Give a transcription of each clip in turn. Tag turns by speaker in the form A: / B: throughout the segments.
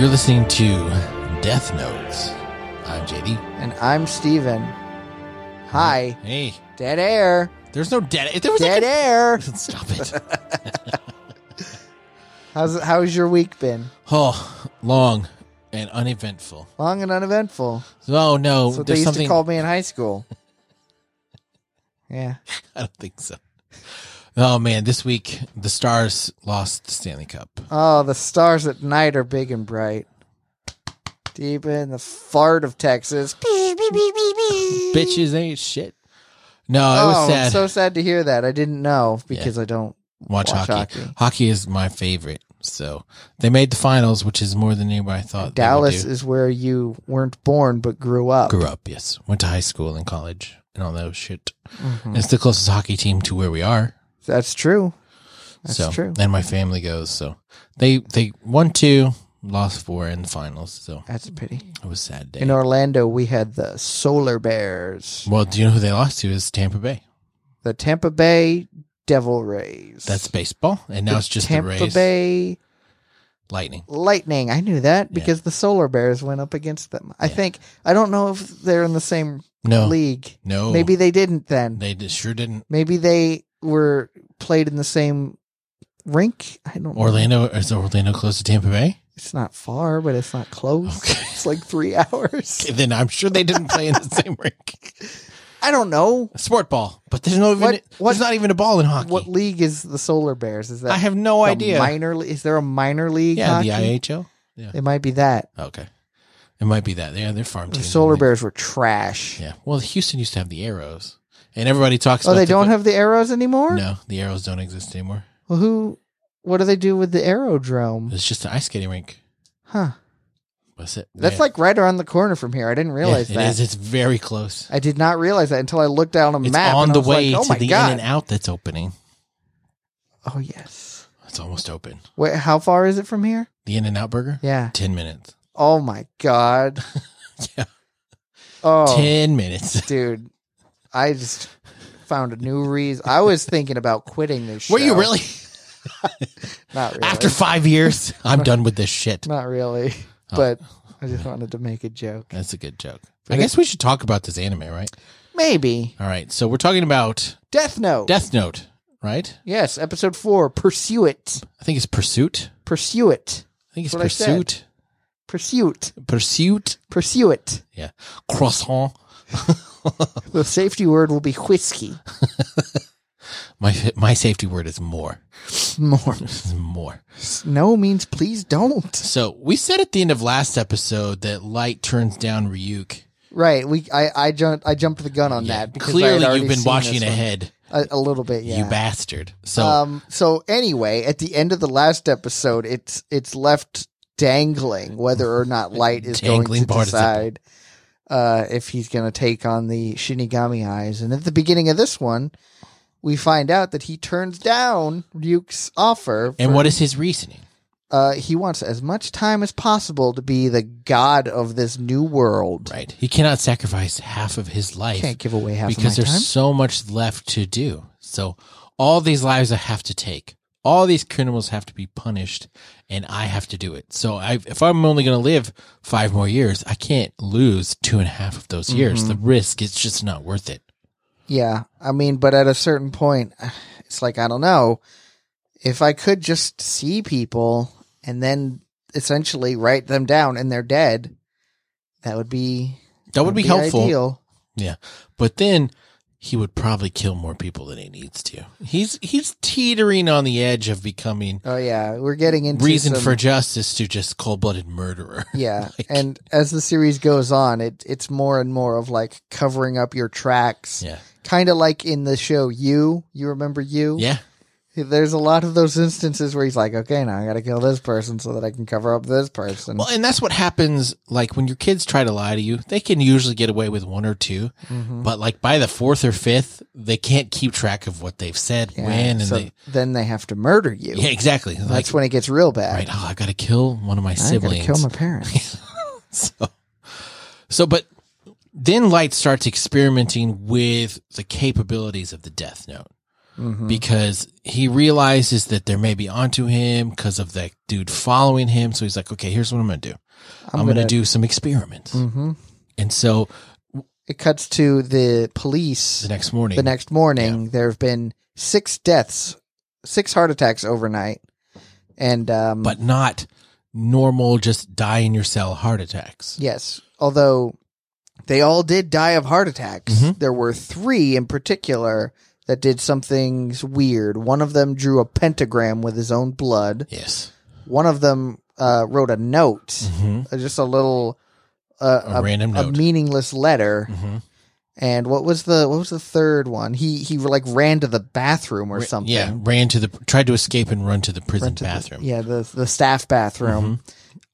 A: You're listening to Death Notes. I'm JD.
B: And I'm Steven. Hi.
A: Hey,
B: Dead air.
A: there's no dead. If there was
B: Dead
A: like
B: air.
A: a- Stop it.
B: How's how's your week been?
A: Oh, long and uneventful.
B: Long and uneventful.
A: Oh no,
B: That's what they
A: there's
B: used
A: something.
B: to call me in high school. Yeah.
A: I don't think so. Oh man, this week the Stars lost the Stanley Cup.
B: Oh, the stars at night are big and bright. Deep in the fart of Texas.
A: Bitches ain't shit. No, it
B: oh,
A: was sad.
B: I'm so sad to hear that. I didn't know because I don't
A: watch,
B: watch
A: hockey.
B: hockey.
A: hockey. is my favorite. So they made the finals, which is more than anybody thought. they would
B: Dallas
A: do.
B: is where you weren't born but grew up.
A: grew up. Yes, went to high school and college and all that shit.
B: Mhm.
A: It's the closest hockey team to where we are.
B: That's true. That's
A: so,
B: true.
A: And my family goes. So they they won two, lost four in the finals. So
B: That's a pity.
A: it was a sad day.
B: In Orlando, we had the Solar Bears,
A: well, do you know who they lost to? Is Tampa Bay.
B: the Tampa Bay Devil Rays.
A: That's baseball, and now it's just
B: Tampa
A: the Rays
B: Bay
A: Lightning.
B: Lightning. I knew that because the Solar Bears went up against them. I
A: Yeah.
B: think I don't know if they're in the same
A: No,
B: league.
A: no,
B: Maybe they didn't then.
A: Oh. they d- sure didn't.
B: Maybe they were played in the same rink. I don't know.
A: Orlando is Orlando close to Tampa Bay?
B: It's not far, but it's not close.
A: Okay.
B: It's like three hours.
A: Okay, then I'm sure they didn't play in the same rink.
B: I don't know.
A: Sport ball, but there's no even
B: What- what-
A: there's not even a ball in hockey.
B: What league is the Solar Bears? Is that
A: I have no
B: the
A: idea.
B: Minor le- is there a minor league?
A: yeah,
B: hockey?
A: the IHL.
B: It might be that
A: Okay. It might be that. Yeah, they're farm
B: the
A: teams.
B: Solar
A: aren't they?
B: Bears were trash.
A: Yeah. Well, Houston used to have the arrows, and everybody talks.
B: Oh,
A: about
B: they
A: the-
B: don't have the arrows anymore.
A: No, the arrows don't exist anymore.
B: Well, who? What do they do with the aerodrome?
A: It's just an ice skating rink.
B: Huh?
A: That's it.
B: That's like right around the corner from here. I didn't realize
A: yeah,
B: that.
A: It is. It's very close.
B: I did not realize that until I looked down a
A: It's
B: map.
A: on
B: and I
A: the
B: was like,
A: way
B: oh
A: to
B: my
A: the
B: God.
A: in and out that's opening.
B: Oh yes.
A: It's almost open.
B: Wait, how far is it from here?
A: The in and out burger.
B: Yeah.
A: Ten minutes.
B: Oh my God.
A: Yeah.
B: Oh,
A: Ten minutes.
B: dude, I just found a new reason. I was thinking about quitting this.
A: Were you
B: show.
A: really?
B: Not really.
A: After five years, I'm done with this shit.
B: Not really.
A: Oh.
B: But I just wanted to make a joke.
A: That's a good joke. I guess we should talk about this anime, right?
B: Maybe.
A: All right. So we're talking about
B: Death Note.
A: Death Note, right?
B: yes, episode four. Pursue it.
A: I think it's Pursuit.
B: Pursue it.
A: I think it's
B: That's what I said.
A: Pursuit.
B: Pursuit.
A: Pursuit.
B: Pursue it.
A: Yeah. Croissant.
B: The safety word will be whiskey.
A: My my safety word is more.
B: More.
A: more.
B: No means please don't.
A: So we said at the end of last episode that Light turns down Ryuk.
B: Right. We. I. I jumped. I jumped the gun on
A: Yeah.
B: that. Because I had
A: Clearly,
B: already
A: you've been
B: seen
A: watching
B: this one.
A: ahead,
B: A, a little bit. Yeah.
A: you bastard. So
B: Um. So anyway, at the end of the last episode, it's it's left dangling whether or not Light is
A: Dangling
B: going to
A: participle.
B: decide uh, if he's going to take on the Shinigami Eyes. And at the beginning of this one, we find out that he turns down Ryuk's offer.
A: and
B: for-
A: what is his reasoning?
B: uh, he wants as much time as possible to be the god of this new world.
A: Right. He cannot sacrifice half of his life
B: Can't give away half
A: because
B: of my
A: there's
B: time.
A: so much left to do. So all these lives I have to take, all these criminals have to be punished, and I have to do it. So I, if I'm only going to live five more years, I can't lose two and a half of those years.
B: Mm-hmm.
A: The risk is just not worth it.
B: Yeah, I mean, but at a certain point, it's like I don't know if I could just see people and then essentially write them down and they're dead. That would be
A: That would be helpful,
B: Ideal.
A: but then he would probably kill more people than he needs to. He's he's teetering on the edge of becoming
B: Oh yeah, we're getting into
A: reason
B: some-
A: for justice to just cold blooded murderer.
B: yeah.
A: like-
B: and as the series goes on, it it's more and more of like covering up your tracks,
A: Yeah,
B: kind of like in the show You. You remember You?
A: yeah.
B: There's a lot of those instances where he's like, okay, now I got to kill this person so that I can cover up this person.
A: Well, and that's what happens. Like when your kids try to lie to you, they can usually get away with one or 2
B: Mm-hmm.
A: but like by the fourth or fifth, they can't keep track of what they've said
B: Yeah,
A: when, and
B: so
A: they
B: then they have to murder you.
A: yeah, exactly. Like
B: That's when it gets real bad.
A: right, oh, I got to kill one of my
B: I gotta
A: siblings.
B: kill my parents.
A: so, so, but then Light starts experimenting with the capabilities of the Death Note.
B: Mhm.
A: because he realizes that there may be onto him because of that dude following him. So he's like, okay, here's what I'm going to do. I'm, going to do some experiments.
B: Mhm.
A: And so
B: It cuts to the police
A: the next morning,
B: the next morning. There have been six deaths, six heart attacks overnight, and um,
A: but not normal, just die in your cell heart attacks.
B: yes, although they all did die of heart attacks,
A: Mhm.
B: there were three in particular that did something weird. One of them drew a pentagram with his own blood.
A: Yes.
B: One of them uh, wrote a note,
A: hmm
B: uh, just a little. Uh,
A: A, random
B: a
A: note.
B: meaningless letter.
A: hmm
B: And what was the what was the third one? He he like ran to the bathroom or something.
A: Yeah. Ran to the, tried to escape and run to the prison
B: Ran to the-
A: bathroom. Mm-hmm.
B: yeah, the the staff bathroom.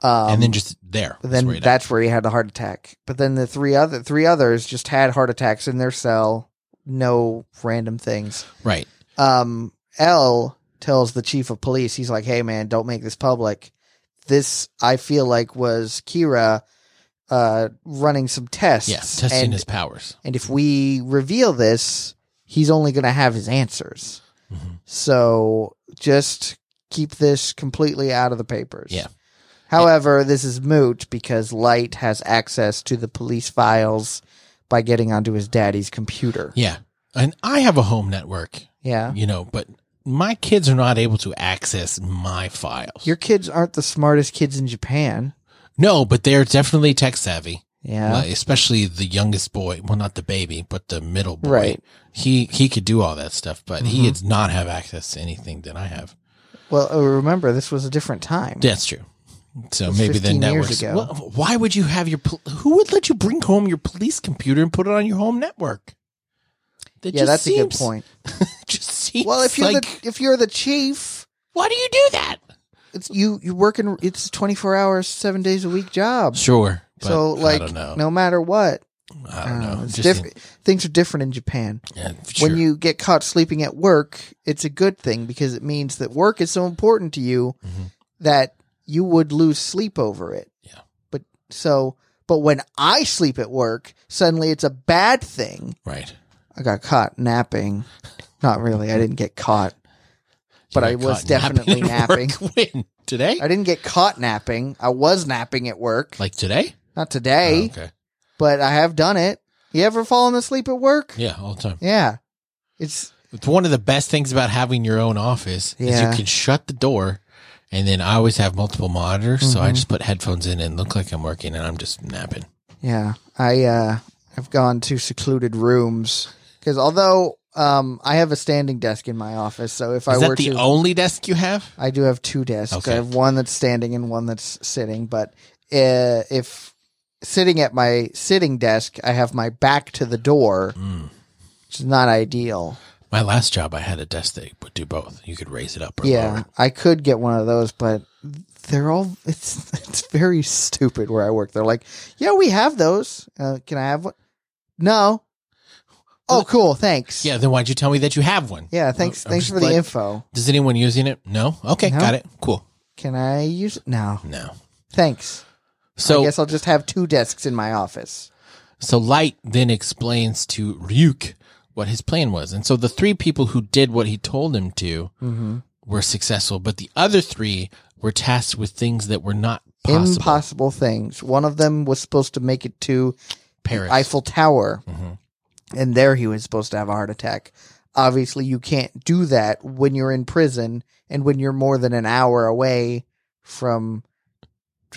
B: Um,
A: and then just there. That's
B: then
A: where it-
B: that's where he had a heart attack. But then the three other three others just had heart attacks in their cell. No random things.
A: right.
B: Um, L tells the chief of police, he's like, "Hey man, don't make this public. This I feel like was Kira." Uh, running some tests.
A: Yeah. Testing
B: and
A: his powers.
B: and if we reveal this, he's only going to have his answers.
A: Mhm.
B: So just keep this completely out of the papers.
A: Yeah.
B: However, this is moot because Light has access to the police files by getting onto his daddy's computer.
A: Yeah. And I have a home network,
B: Yeah.
A: you know, but my kids are not able to access my files.
B: Your kids aren't the smartest kids in Japan.
A: no, but they're definitely tech savvy.
B: Yeah.
A: Like, especially the youngest boy. Well, not the baby, but the middle boy.
B: Right.
A: He he could do all that stuff, but
B: Mhm.
A: he does not have access to anything that I have.
B: Well, oh, remember, this was a different time.
A: That's true. So
B: was
A: maybe the
B: 15 years
A: networks.
B: ago.
A: Well, why would you have your? pol- Who would let you bring home your police computer and put it on your home network? That
B: yeah,
A: just
B: that's a good
A: seems-
B: point.
A: Just seems
B: Well, if you're
A: like,
B: the if you're the chief,
A: why do you do that?
B: it's you you work in it's 24 hours, 7 days a week job.
A: Sure. But
B: so like
A: I don't know.
B: no matter what uh,
A: I don't know.
B: it's
A: Just
B: diff- things are different in japan
A: in- yeah, sure.
B: when you get caught sleeping at work it's a good thing because it means that work is so important to you
A: Mhm.
B: that you would lose sleep over it
A: Yeah.
B: but so but when i sleep at work suddenly it's a bad thing
A: right.
B: i got caught napping not really i didn't get caught But
A: You
B: I
A: got
B: was
A: caught napping
B: definitely
A: at work. When today?
B: i didn't get caught napping i was napping at work
A: Like today?
B: not today
A: Oh, okay.
B: but i have done it you ever fallen asleep at work
A: Yeah, all the time.
B: Yeah. It's
A: It's one of the best things about having your own office is
B: Yeah.
A: you can shut the door, and then I always have multiple monitors, so I
B: Mhm.
A: just put headphones in and look like I'm working, and I'm just napping.
B: yeah. I uh have gone to secluded rooms cuz although um I have a standing desk in my office, so if I
A: Is
B: were
A: that the
B: to
A: only desk you have?
B: I do have two desks.
A: Okay.
B: I have one that's standing and one that's sitting, but uh, if sitting at my sitting desk, I have my back to the door,
A: Mm.
B: which is not ideal.
A: My last job, I had a desk that would do both. You could raise it up or
B: yeah.
A: lower. it.
B: I could get one of those, but they're all it's it's very stupid where I work. They're like, "Yeah, we have those. Uh, can I have one?" No. Oh, cool. Thanks.
A: Yeah. Then why'd you tell me that you have one?
B: Yeah, thanks.
A: I'm
B: thanks
A: just
B: for the
A: glad-
B: info.
A: Does anyone using it? No. Okay.
B: No.
A: Got it. Cool.
B: Can I use it? No.
A: No.
B: Thanks. I
A: So
B: guess I'll just have two desks in my office.
A: So Light then explains to Ryuk what his plan was. And so the three people who did what he told him to
B: Mhm.
A: were successful, but the other three were tasked with things that were not possible.
B: Impossible things. One of them was supposed to make it to
A: Paris.
B: Eiffel Mm-hmm. Tower.
A: Mhm.
B: And there he was supposed to have a heart attack. Obviously, you can't do that when you're in prison and when you're more than an hour away from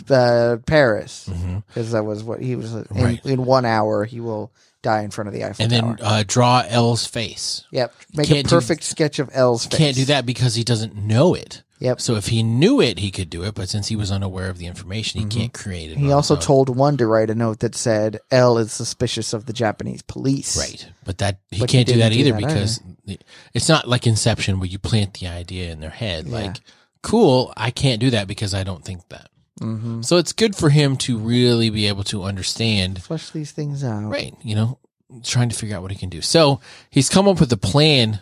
B: uh, Paris.
A: Mhm.
B: Because that was what he was. uh, In,
A: Right.
B: in one hour, he will die in front of the Eiffel
A: And
B: Tower.
A: then uh, draw L's face.
B: yep. Make a
A: can't do-
B: perfect sketch of L's face.
A: Can't do that because he doesn't know it.
B: Yep.
A: So if he knew it, he could do it. But since he was unaware of the information, he
B: Mhm.
A: can't create it. on
B: He
A: his
B: also
A: own.
B: told one to write a note that said, L is suspicious of the Japanese police.
A: Right. But that he
B: But he
A: can't do
B: didn't
A: that
B: do
A: either
B: that
A: because it's not like Inception where you plant the idea in their head
B: Yeah.
A: like cool, I can't do that because I don't think that.
B: Mm-hmm.
A: So it's good for him to really be able to understand
B: Flesh these things out.
A: right, you know, trying to figure out what he can do. So he's come up with a plan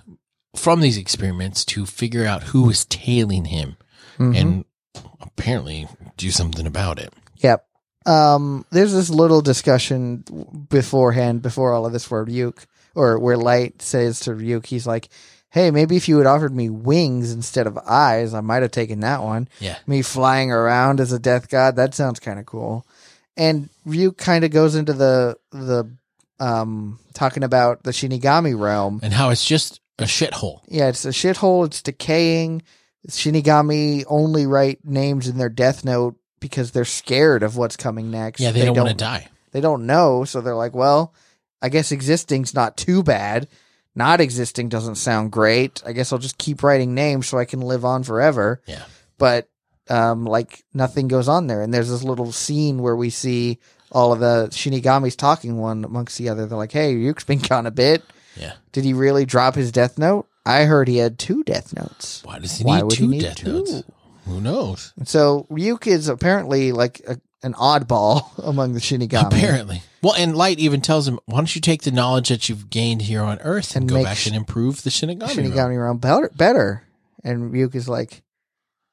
A: from these experiments to figure out who is tailing him
B: Mhm.
A: and apparently do something about it.
B: Yep. Um, there's this little discussion beforehand, before all of this, where Ryuk or where Light says to Ryuk, he's like, hey, maybe if you had offered me wings instead of eyes, I might have taken that one.
A: Yeah.
B: Me flying around as a death god, that sounds kind of cool. And Ryu kind of goes into the the um talking about the Shinigami realm.
A: And how it's just a shithole.
B: Yeah, it's a shithole. It's decaying. Shinigami only write names in their death note because they're scared of what's coming next.
A: Yeah, they, don't, want to die.
B: They don't know, so they're like, well, I guess existing's not too bad. Not existing doesn't sound great. I guess I'll just keep writing names so I can live on forever.
A: Yeah.
B: But um, like nothing goes on there, and there's this little scene where we see all of the Shinigamis talking one amongst the other. They're like, "Hey, Ryuk's been gone a bit.
A: Yeah.
B: Did he really drop his death note? I heard he had two death notes."
A: Why does he
B: Why
A: need
B: would he
A: two
B: need
A: death
B: two?
A: notes? Who knows?
B: And so Ryuk is apparently like a, an oddball among the Shinigami.
A: Apparently. Well, and Light even tells him, why don't you take the knowledge that you've gained here on Earth and,
B: And
A: go
B: make
A: back
B: sh-
A: and improve the Shinigami?
B: Shinigami
A: realm?"
B: realm better, better. And Ryuk is like,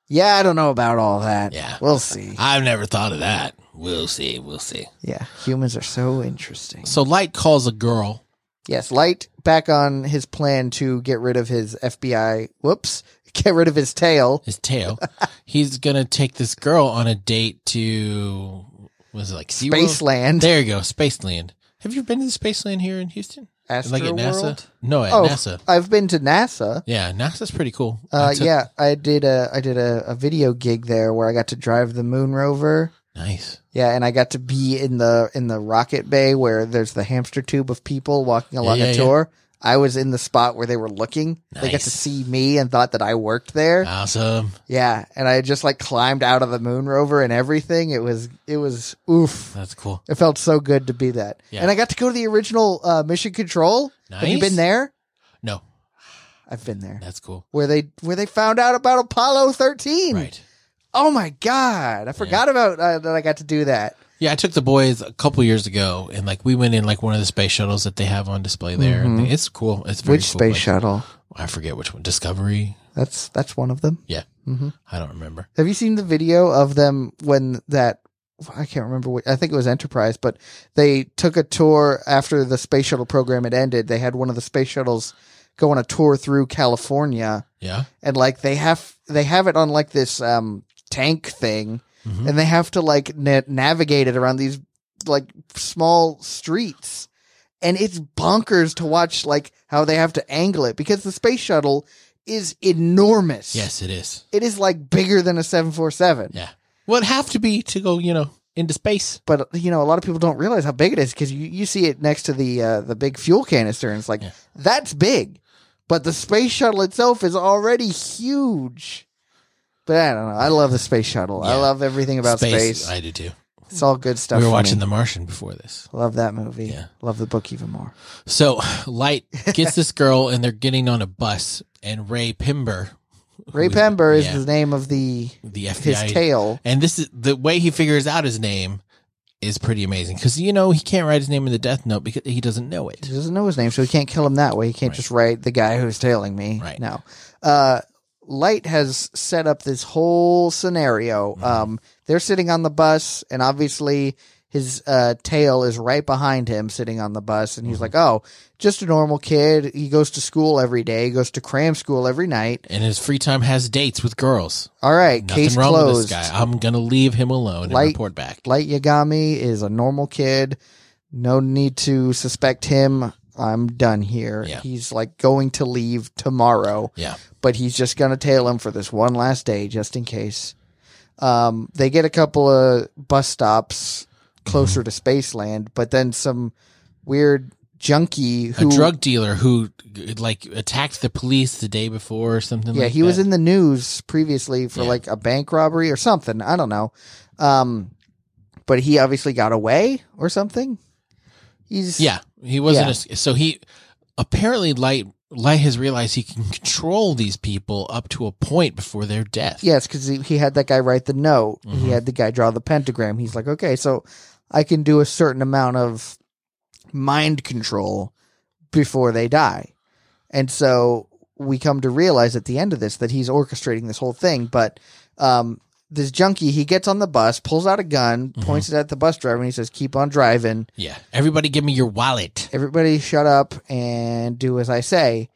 B: yeah, I don't know about all that.
A: Yeah.
B: We'll see.
A: I've never thought of that. We'll see. We'll see.
B: Yeah. Humans are so interesting.
A: So Light calls a girl.
B: Yes. Light back on his plan to get rid of his FBI. Whoops. Get rid of his tail.
A: His tail. He's gonna take this girl on a date to was it like zero?
B: Baseland.
A: There you go, Spaceland. Have you been to Spaceland here in Houston? like at NASA?
B: Astroworld?
A: No, at
B: Oh,
A: NASA.
B: I've been to NASA.
A: Yeah, NASA's pretty cool.
B: Uh,
A: I took-
B: yeah, I did a I did a, a video gig there where I got to drive the moon rover.
A: nice.
B: Yeah, and I got to be in the in the rocket bay where there's the hamster tube of people walking along
A: yeah,
B: a
A: yeah.
B: tour. I was in the spot where they were looking. They got
A: Nice. Ah.
B: to see me and thought that I worked there.
A: Awesome.
B: Yeah, and I just like climbed out of the moon rover and everything. It was it was oof.
A: That's cool.
B: It felt so good to be that.
A: Yeah.
B: And I got to go to the original uh, mission control. Have you
A: Nice.
B: been there?
A: No,
B: I've been there.
A: that's cool.
B: Where they where they found out about Apollo 13.
A: Right.
B: Oh my god, I forgot about uh, that I got to do that.
A: Yeah, I took the boys a couple years ago, and like we went in like one of the space shuttles that they have on display there. And It's cool. It's very
B: Mm-hmm. Which
A: cool
B: space
A: place.
B: shuttle?
A: I forget which one. Discovery.
B: That's that's one of them.
A: Yeah,
B: Mm-hmm.
A: I don't remember.
B: Have you seen the video of them when that? I can't remember. What, I think it was Enterprise, but they took a tour after the space shuttle program had ended. They had one of the space shuttles go on a tour through California,
A: Yeah.
B: and like they have they have it on like this um, tank thing,
A: Mhm.
B: and they have to like na- navigate it around these like small streets. And it's bonkers to watch like how they have to angle it because the space shuttle is enormous
A: Yes, it is.
B: it is like bigger than a 747
A: Yeah. Well, it'd have to be to go, you know, into space.
B: but you know a lot of people don't realize how big it is because you, you see it next to the uh, the big fuel canister and it's like
A: Yeah.
B: that's big but the space shuttle itself is already huge but i don't know i love the space shuttle i
A: Yeah.
B: love everything about space,
A: I do too.
B: it's all good stuff
A: We were
B: for
A: watching
B: me.
A: The Martian before this.
B: love that movie
A: Yeah.
B: love the book even more
A: So Light gets this girl, and they're getting on a bus, and Ray Pember,
B: ray
A: was-
B: pember is
A: yeah.
B: the name of the
A: the
B: his
A: FBI,
B: tail
A: and this is the way he figures out his name is pretty amazing because you know he can't write his name in the death note because he doesn't know it.
B: he doesn't know his name, so he can't kill him that way. He can't
A: Right.
B: just write the guy who's tailing me.
A: Right.
B: No. Uh, Light has set up this whole scenario.
A: Mm-hmm.
B: Um, they're sitting on the bus, and obviously his uh, tail is right behind him sitting on the bus. And he's
A: Mm-hmm.
B: like, oh, just a normal kid. He goes to school every day, he goes to cram school every night.
A: And his free time has dates with girls.
B: All right,
A: Nothing
B: case
A: wrong
B: closed.
A: with this guy. I'm gonna leave him alone and
B: Light-
A: report back.
B: Light Yagami is a normal kid. No need to suspect him. I'm done here.
A: Yeah.
B: He's like going to leave tomorrow,
A: Yeah,
B: but he's just going to tail him for this one last day just in case. Um, they get a couple of bus stops closer
A: Mm-hmm.
B: to Spaceland, but then some weird junkie
A: a
B: who
A: drug dealer who like attacked the police the day before or something.
B: Yeah,
A: like
B: he was
A: that.
B: in the news previously for
A: Yeah.
B: like a bank robbery or something. I don't know. Um, but he obviously got away or something. He's
A: Yeah, he wasn't. A, so he apparently light light has realized he can control these people up to a point before their death.
B: yes, because he, he had that guy write the note.
A: Mhm.
B: He had the guy draw the pentagram. He's like, okay, so I can do a certain amount of mind control before they die, and so we come to realize at the end of this that he's orchestrating this whole thing, but. Um, this junkie, he gets on the bus, pulls out a gun, points it at the bus driver, and he says, "Keep on driving."
A: yeah. Everybody, give me your wallet.
B: everybody shut up and do as I say.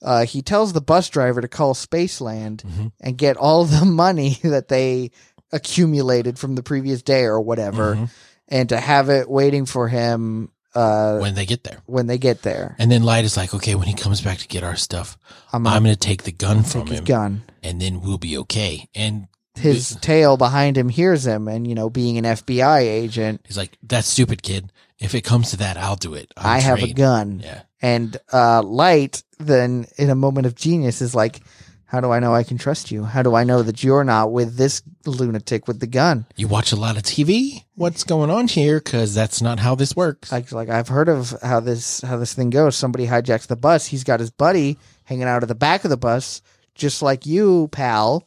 B: uh, he tells the bus driver to call Spaceland
A: Mhm.
B: and get all the money that they accumulated from the previous day or whatever,
A: Mhm.
B: and to have it waiting for him uh,
A: when they get there.
B: when they get there.
A: And then Light is like, okay, when he comes back to get our stuff,
B: I'm
A: I'm
B: gonna
A: going to take the gun
B: take
A: from
B: his
A: him
B: gun.
A: and then we'll be okay. And
B: His tail behind him hears him, and you know, being an FBI agent,
A: he's like, that's stupid, kid. If it comes to that, I'll do it. I'm
B: I have a
A: trained."
B: gun.
A: Yeah.
B: And uh, Light, then in a moment of genius, is like, How do I know I can trust you? How do I know that you're not with this lunatic with the gun?
A: You watch a lot of TV? What's going on here? Because that's not how this works.
B: I, like I've heard of how this how this thing goes. Somebody hijacks the bus. He's got his buddy hanging out at the back of the bus, just like you, pal,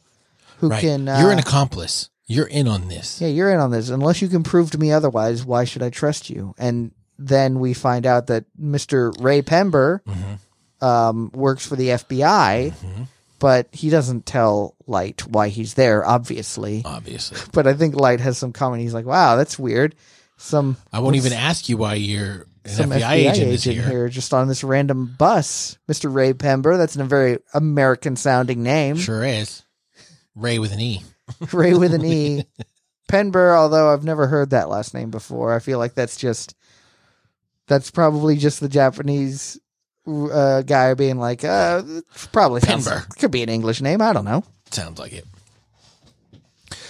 B: who
A: right.
B: can. Uh,
A: You're an accomplice. You're in on this.
B: yeah, you're in on this. Unless you can prove to me otherwise, why should I trust you? And then we find out that Mr. Ray Pember
A: Mhm.
B: um, works for the FBI,
A: Mhm.
B: but he doesn't tell Light why he's there, obviously.
A: Obviously.
B: But I think Light has some comment. He's like, "Wow, that's weird." Some
A: I won't even ask you why you're an
B: some
A: FBI, agent this year.
B: here just on this random bus, Mr. Ray Pember. That's a very American sounding name.
A: Sure is. Ray with an E.
B: Ray with an E. Penber, although I've never heard that last name before. I feel like that's just that's probably just the Japanese uh, guy being like, uh, it's probably sounds-
A: Penber.
B: could be an English name. I don't know.
A: Sounds like it.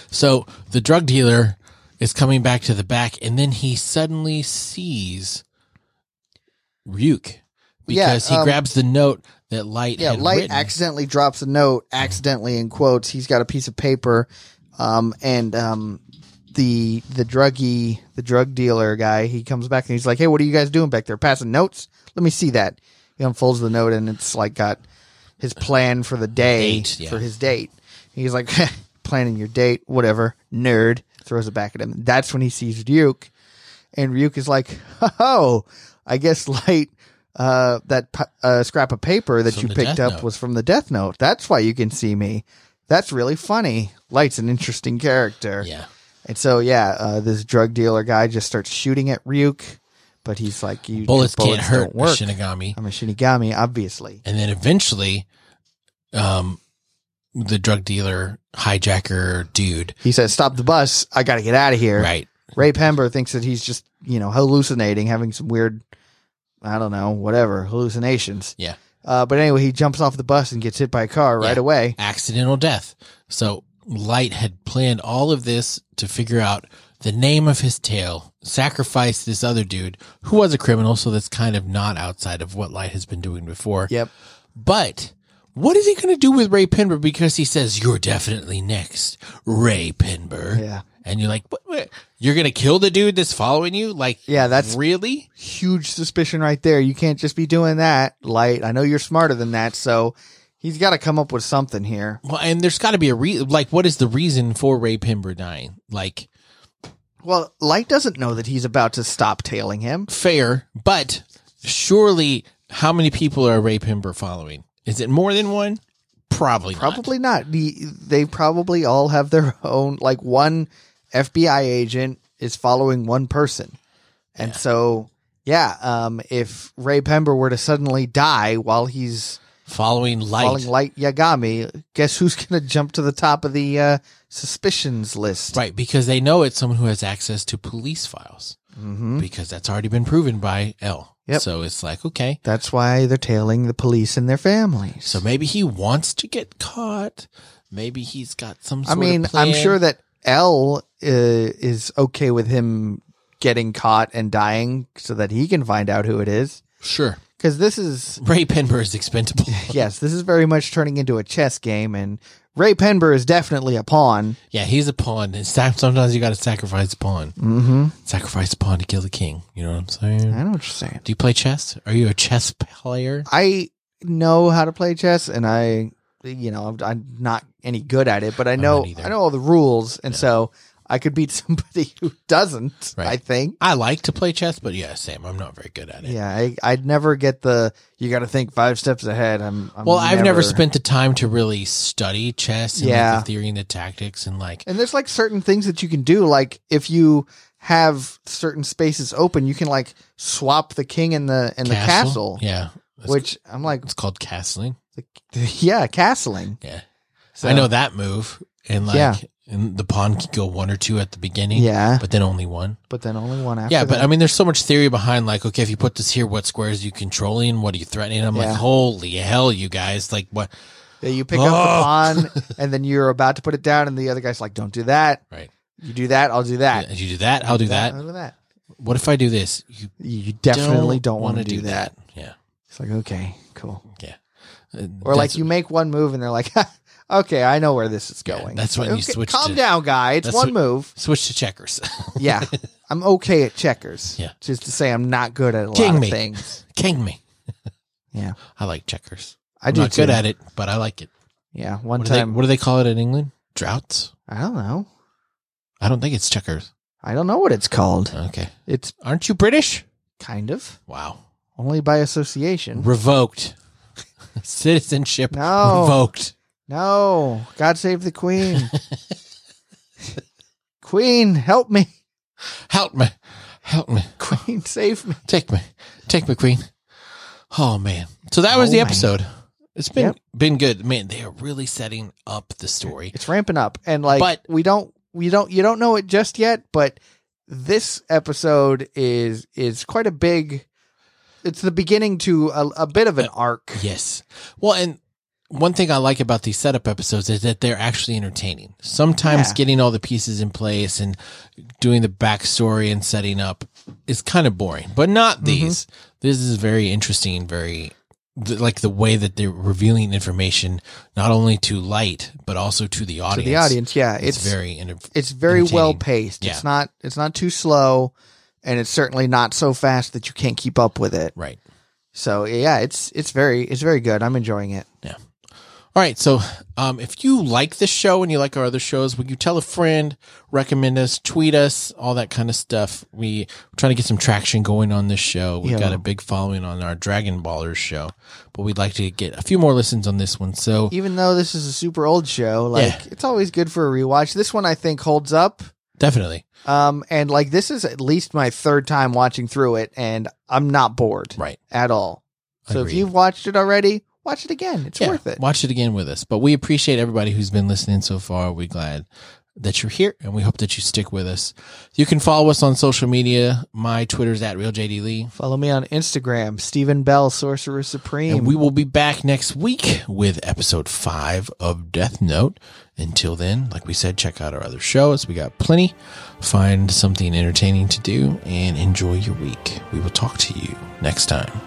A: So the drug dealer is coming back to the back, and then he suddenly sees Ryuk because he
B: Yeah, um,
A: grabs the note that Light
B: Yeah,
A: had
B: Light
A: written.
B: accidentally drops a note, accidentally in quotes. He's got a piece of paper, um, and um, the the druggie, the drug dealer guy, he comes back and he's like, "Hey, what are you guys doing back there? Passing notes? Let me see that." He unfolds the note, and it's like got his plan for the day
A: Date, yeah.
B: for his date. He's like, "Planning your date, whatever." Nerd throws it back at him. That's when he sees Duke. And Ryuk is like, oh, I guess light, uh, that p- uh, scrap of paper that
A: From
B: you
A: the
B: picked
A: Death
B: up
A: Note."
B: was from the Death Note. That's why you can see me. That's really funny. Light's an interesting character.
A: yeah,
B: And so, yeah, uh, this drug dealer guy just starts shooting at Ryuk, but he's like, you,
A: bullets,
B: your
A: can't hurt
B: don't work.
A: Shinigami.
B: I'm a Shinigami, obviously.
A: And then eventually, um, the drug dealer hijacker dude,
B: He says, stop the bus. I got to get out of here.
A: right?
B: Ray Pember thinks that he's just, you know, hallucinating, having some weird, I don't know, whatever, hallucinations.
A: Yeah.
B: Uh, but anyway, he jumps off the bus and gets hit by a car right
A: Yeah.
B: away.
A: accidental death. So Light had planned all of this to figure out the name of his tail, sacrifice this other dude who was a criminal, so that's kind of not outside of what Light has been doing before.
B: Yep.
A: But what is he going to do with Ray Pinber because he says you're definitely next, Ray Pinber?
B: Yeah.
A: And you're like, what, what? you're going to kill the dude that's following you? Like,
B: Yeah, that's-
A: really?
B: Huge suspicion right there. You can't just be doing that, Light. I know you're smarter than that, so he's got to come up with something here.
A: Well, and there's got to be a re like, what is the reason for Ray Pinber dying? Like,
B: Well, Light doesn't know that he's about to stop tailing him.
A: fair, but surely how many people are Ray Pimber following? Is it more than one? Probably. Probably.
B: Probably not. The, they probably all have their own, like one FBI agent is following one person. And so, yeah, um, if Ray Pember were to suddenly die while he's
A: Following light.
B: following Light Yagami, guess who's going to jump to the top of the uh, suspicions list?
A: Right, because they know it's someone who has access to police files
B: hmm
A: because that's already been proven by L.
B: Yep.
A: So it's like, okay.
B: That's why they're tailing the police and their families.
A: So maybe he wants to get caught. Maybe he's got some
B: I
A: sort
B: mean,
A: of plan.
B: I'm sure that L uh, is okay with him getting caught and dying so that he can find out who it is.
A: Sure.
B: Because this is,
A: Ray Pimber is expendable.
B: yes, this is very much turning into a chess game, and Ray Penber is definitely a pawn.
A: yeah, he's a pawn. It's time- Sometimes you got to sacrifice a pawn.
B: Mm-hmm.
A: Sacrifice a pawn to kill the king. You know what I'm saying?
B: I know what you're saying.
A: Do you play chess? Are you a chess player?
B: I know how to play chess, and I, you know, I'm, I'm not any good at it, but I
A: not
B: know
A: either.
B: I know all the rules, and so I could beat somebody who doesn't.
A: Right.
B: I think.
A: I like to play chess, but yeah, Sam, I'm not very good at it.
B: Yeah, I, I'd never get the. You got to think five steps ahead. I'm. I'm
A: Well, I've never spent the time to really study chess and like,
B: Yeah.
A: the theory and the tactics and like
B: And there's like certain things that you can do, like if you have certain spaces open, you can like swap the king and the and the castle,
A: Yeah, That's-
B: which I'm like,
A: it's called castling.
B: The, yeah, castling.
A: Yeah.
B: So,
A: I know that move. And like,
B: Yeah.
A: and the pawn can go one or two at the beginning,
B: Yeah,
A: but then only one.
B: but then only one after.
A: yeah, but
B: that.
A: I mean, there's so much theory behind like, okay, if you put this here, what squares you controlling? What are you threatening? I'm
B: Yeah.
A: like, holy hell, you guys! Like, what?
B: Yeah, you pick
A: Oh.
B: up the pawn, and then you're about to put it down, and the other guy's like, "Don't do that."
A: Right.
B: You do that, I'll do that.
A: If you do that, I'll do that.
B: I'll do that.
A: What if I do this? You
B: You definitely don't, want to
A: wanna
B: do that.
A: Yeah.
B: It's like okay, cool.
A: Uh,
B: Or like
A: that's-
B: you make one move, and they're like, "Okay, I know where this is
A: Yeah,
B: going."
A: that's when you switch
B: Calm
A: to-
B: down, guy. It's
A: that's
B: one
A: what-
B: move.
A: switch to checkers.
B: Yeah, I'm okay at checkers.
A: Yeah.
B: just to say I'm not good at a
A: King
B: lot
A: me.
B: of things.
A: King me.
B: Yeah.
A: I like checkers.
B: I
A: I'm
B: do
A: not
B: too.
A: good at it, but I like it.
B: Yeah, one
A: What do, they,
B: time
A: what do they call it in England? Droughts?
B: I don't know.
A: I don't think it's checkers.
B: I don't know what it's called.
A: Okay.
B: It's
A: Aren't you British?
B: kind of
A: Wow.
B: only by association.
A: Revoked. Citizenship
B: No.
A: revoked.
B: No, God save the Queen. Queen, help me.
A: Help me. Help me.
B: Queen, save me.
A: Take me. Take me, Queen. Oh man. So that was
B: Oh,
A: the
B: man.
A: episode. It's been
B: Yep.
A: been good. Man, they are really setting up the story.
B: It's ramping up, and like
A: But-
B: we don't, we don't, you don't know it just yet. But this episode is is quite a big. It's the beginning to a, a bit of an
A: Uh,
B: arc.
A: Yes. Well, and one thing I like about these setup episodes is that they're actually entertaining. Sometimes
B: Yeah.
A: getting all the pieces in place and doing the backstory and setting up is kind of boring, but
B: Mm-hmm.
A: not these. This is very interesting, very th- like the way that they're revealing information not only to light but also to the
B: to
A: audience.
B: the audience. Yeah,
A: It's,
B: it's it's very,
A: very inter- entertaining.
B: well paced.
A: Yeah.
B: It's not it's not too slow, and it's certainly not so fast that you can't keep up with it.
A: right.
B: So yeah, it's it's very it's very good. I'm enjoying it.
A: All right. So, um, if you like this show and you like our other shows, would you tell a friend, recommend us, tweet us, all that kind of stuff? We, we're trying to get some traction going on this show. We've
B: Yeah.
A: got a big following on our Dragon Ballers show, but we'd like to get a few more listens on this one. So,
B: Even though this is a super old show, like
A: Yeah.
B: it's always good for a rewatch. This one I think holds up.
A: definitely.
B: Um, and like this is at least my third time watching through it, and I'm not bored
A: Right.
B: at all. So if
A: Agreed.
B: you've watched it already, watch it again. It's
A: Yeah,
B: worth it.
A: Watch it again with us. But we appreciate everybody who's been listening so far. We're glad that you're here and we hope that you stick with us. You can follow us on social media. My Twitter's at RealJDLee.
B: Follow me on Instagram, Stephen Bell, Sorcerer Supreme.
A: And we will be back next week with episode five of Death Note. Until then, like we said, check out our other shows. We got plenty. Find something entertaining to do and enjoy your week. We will talk to you next time.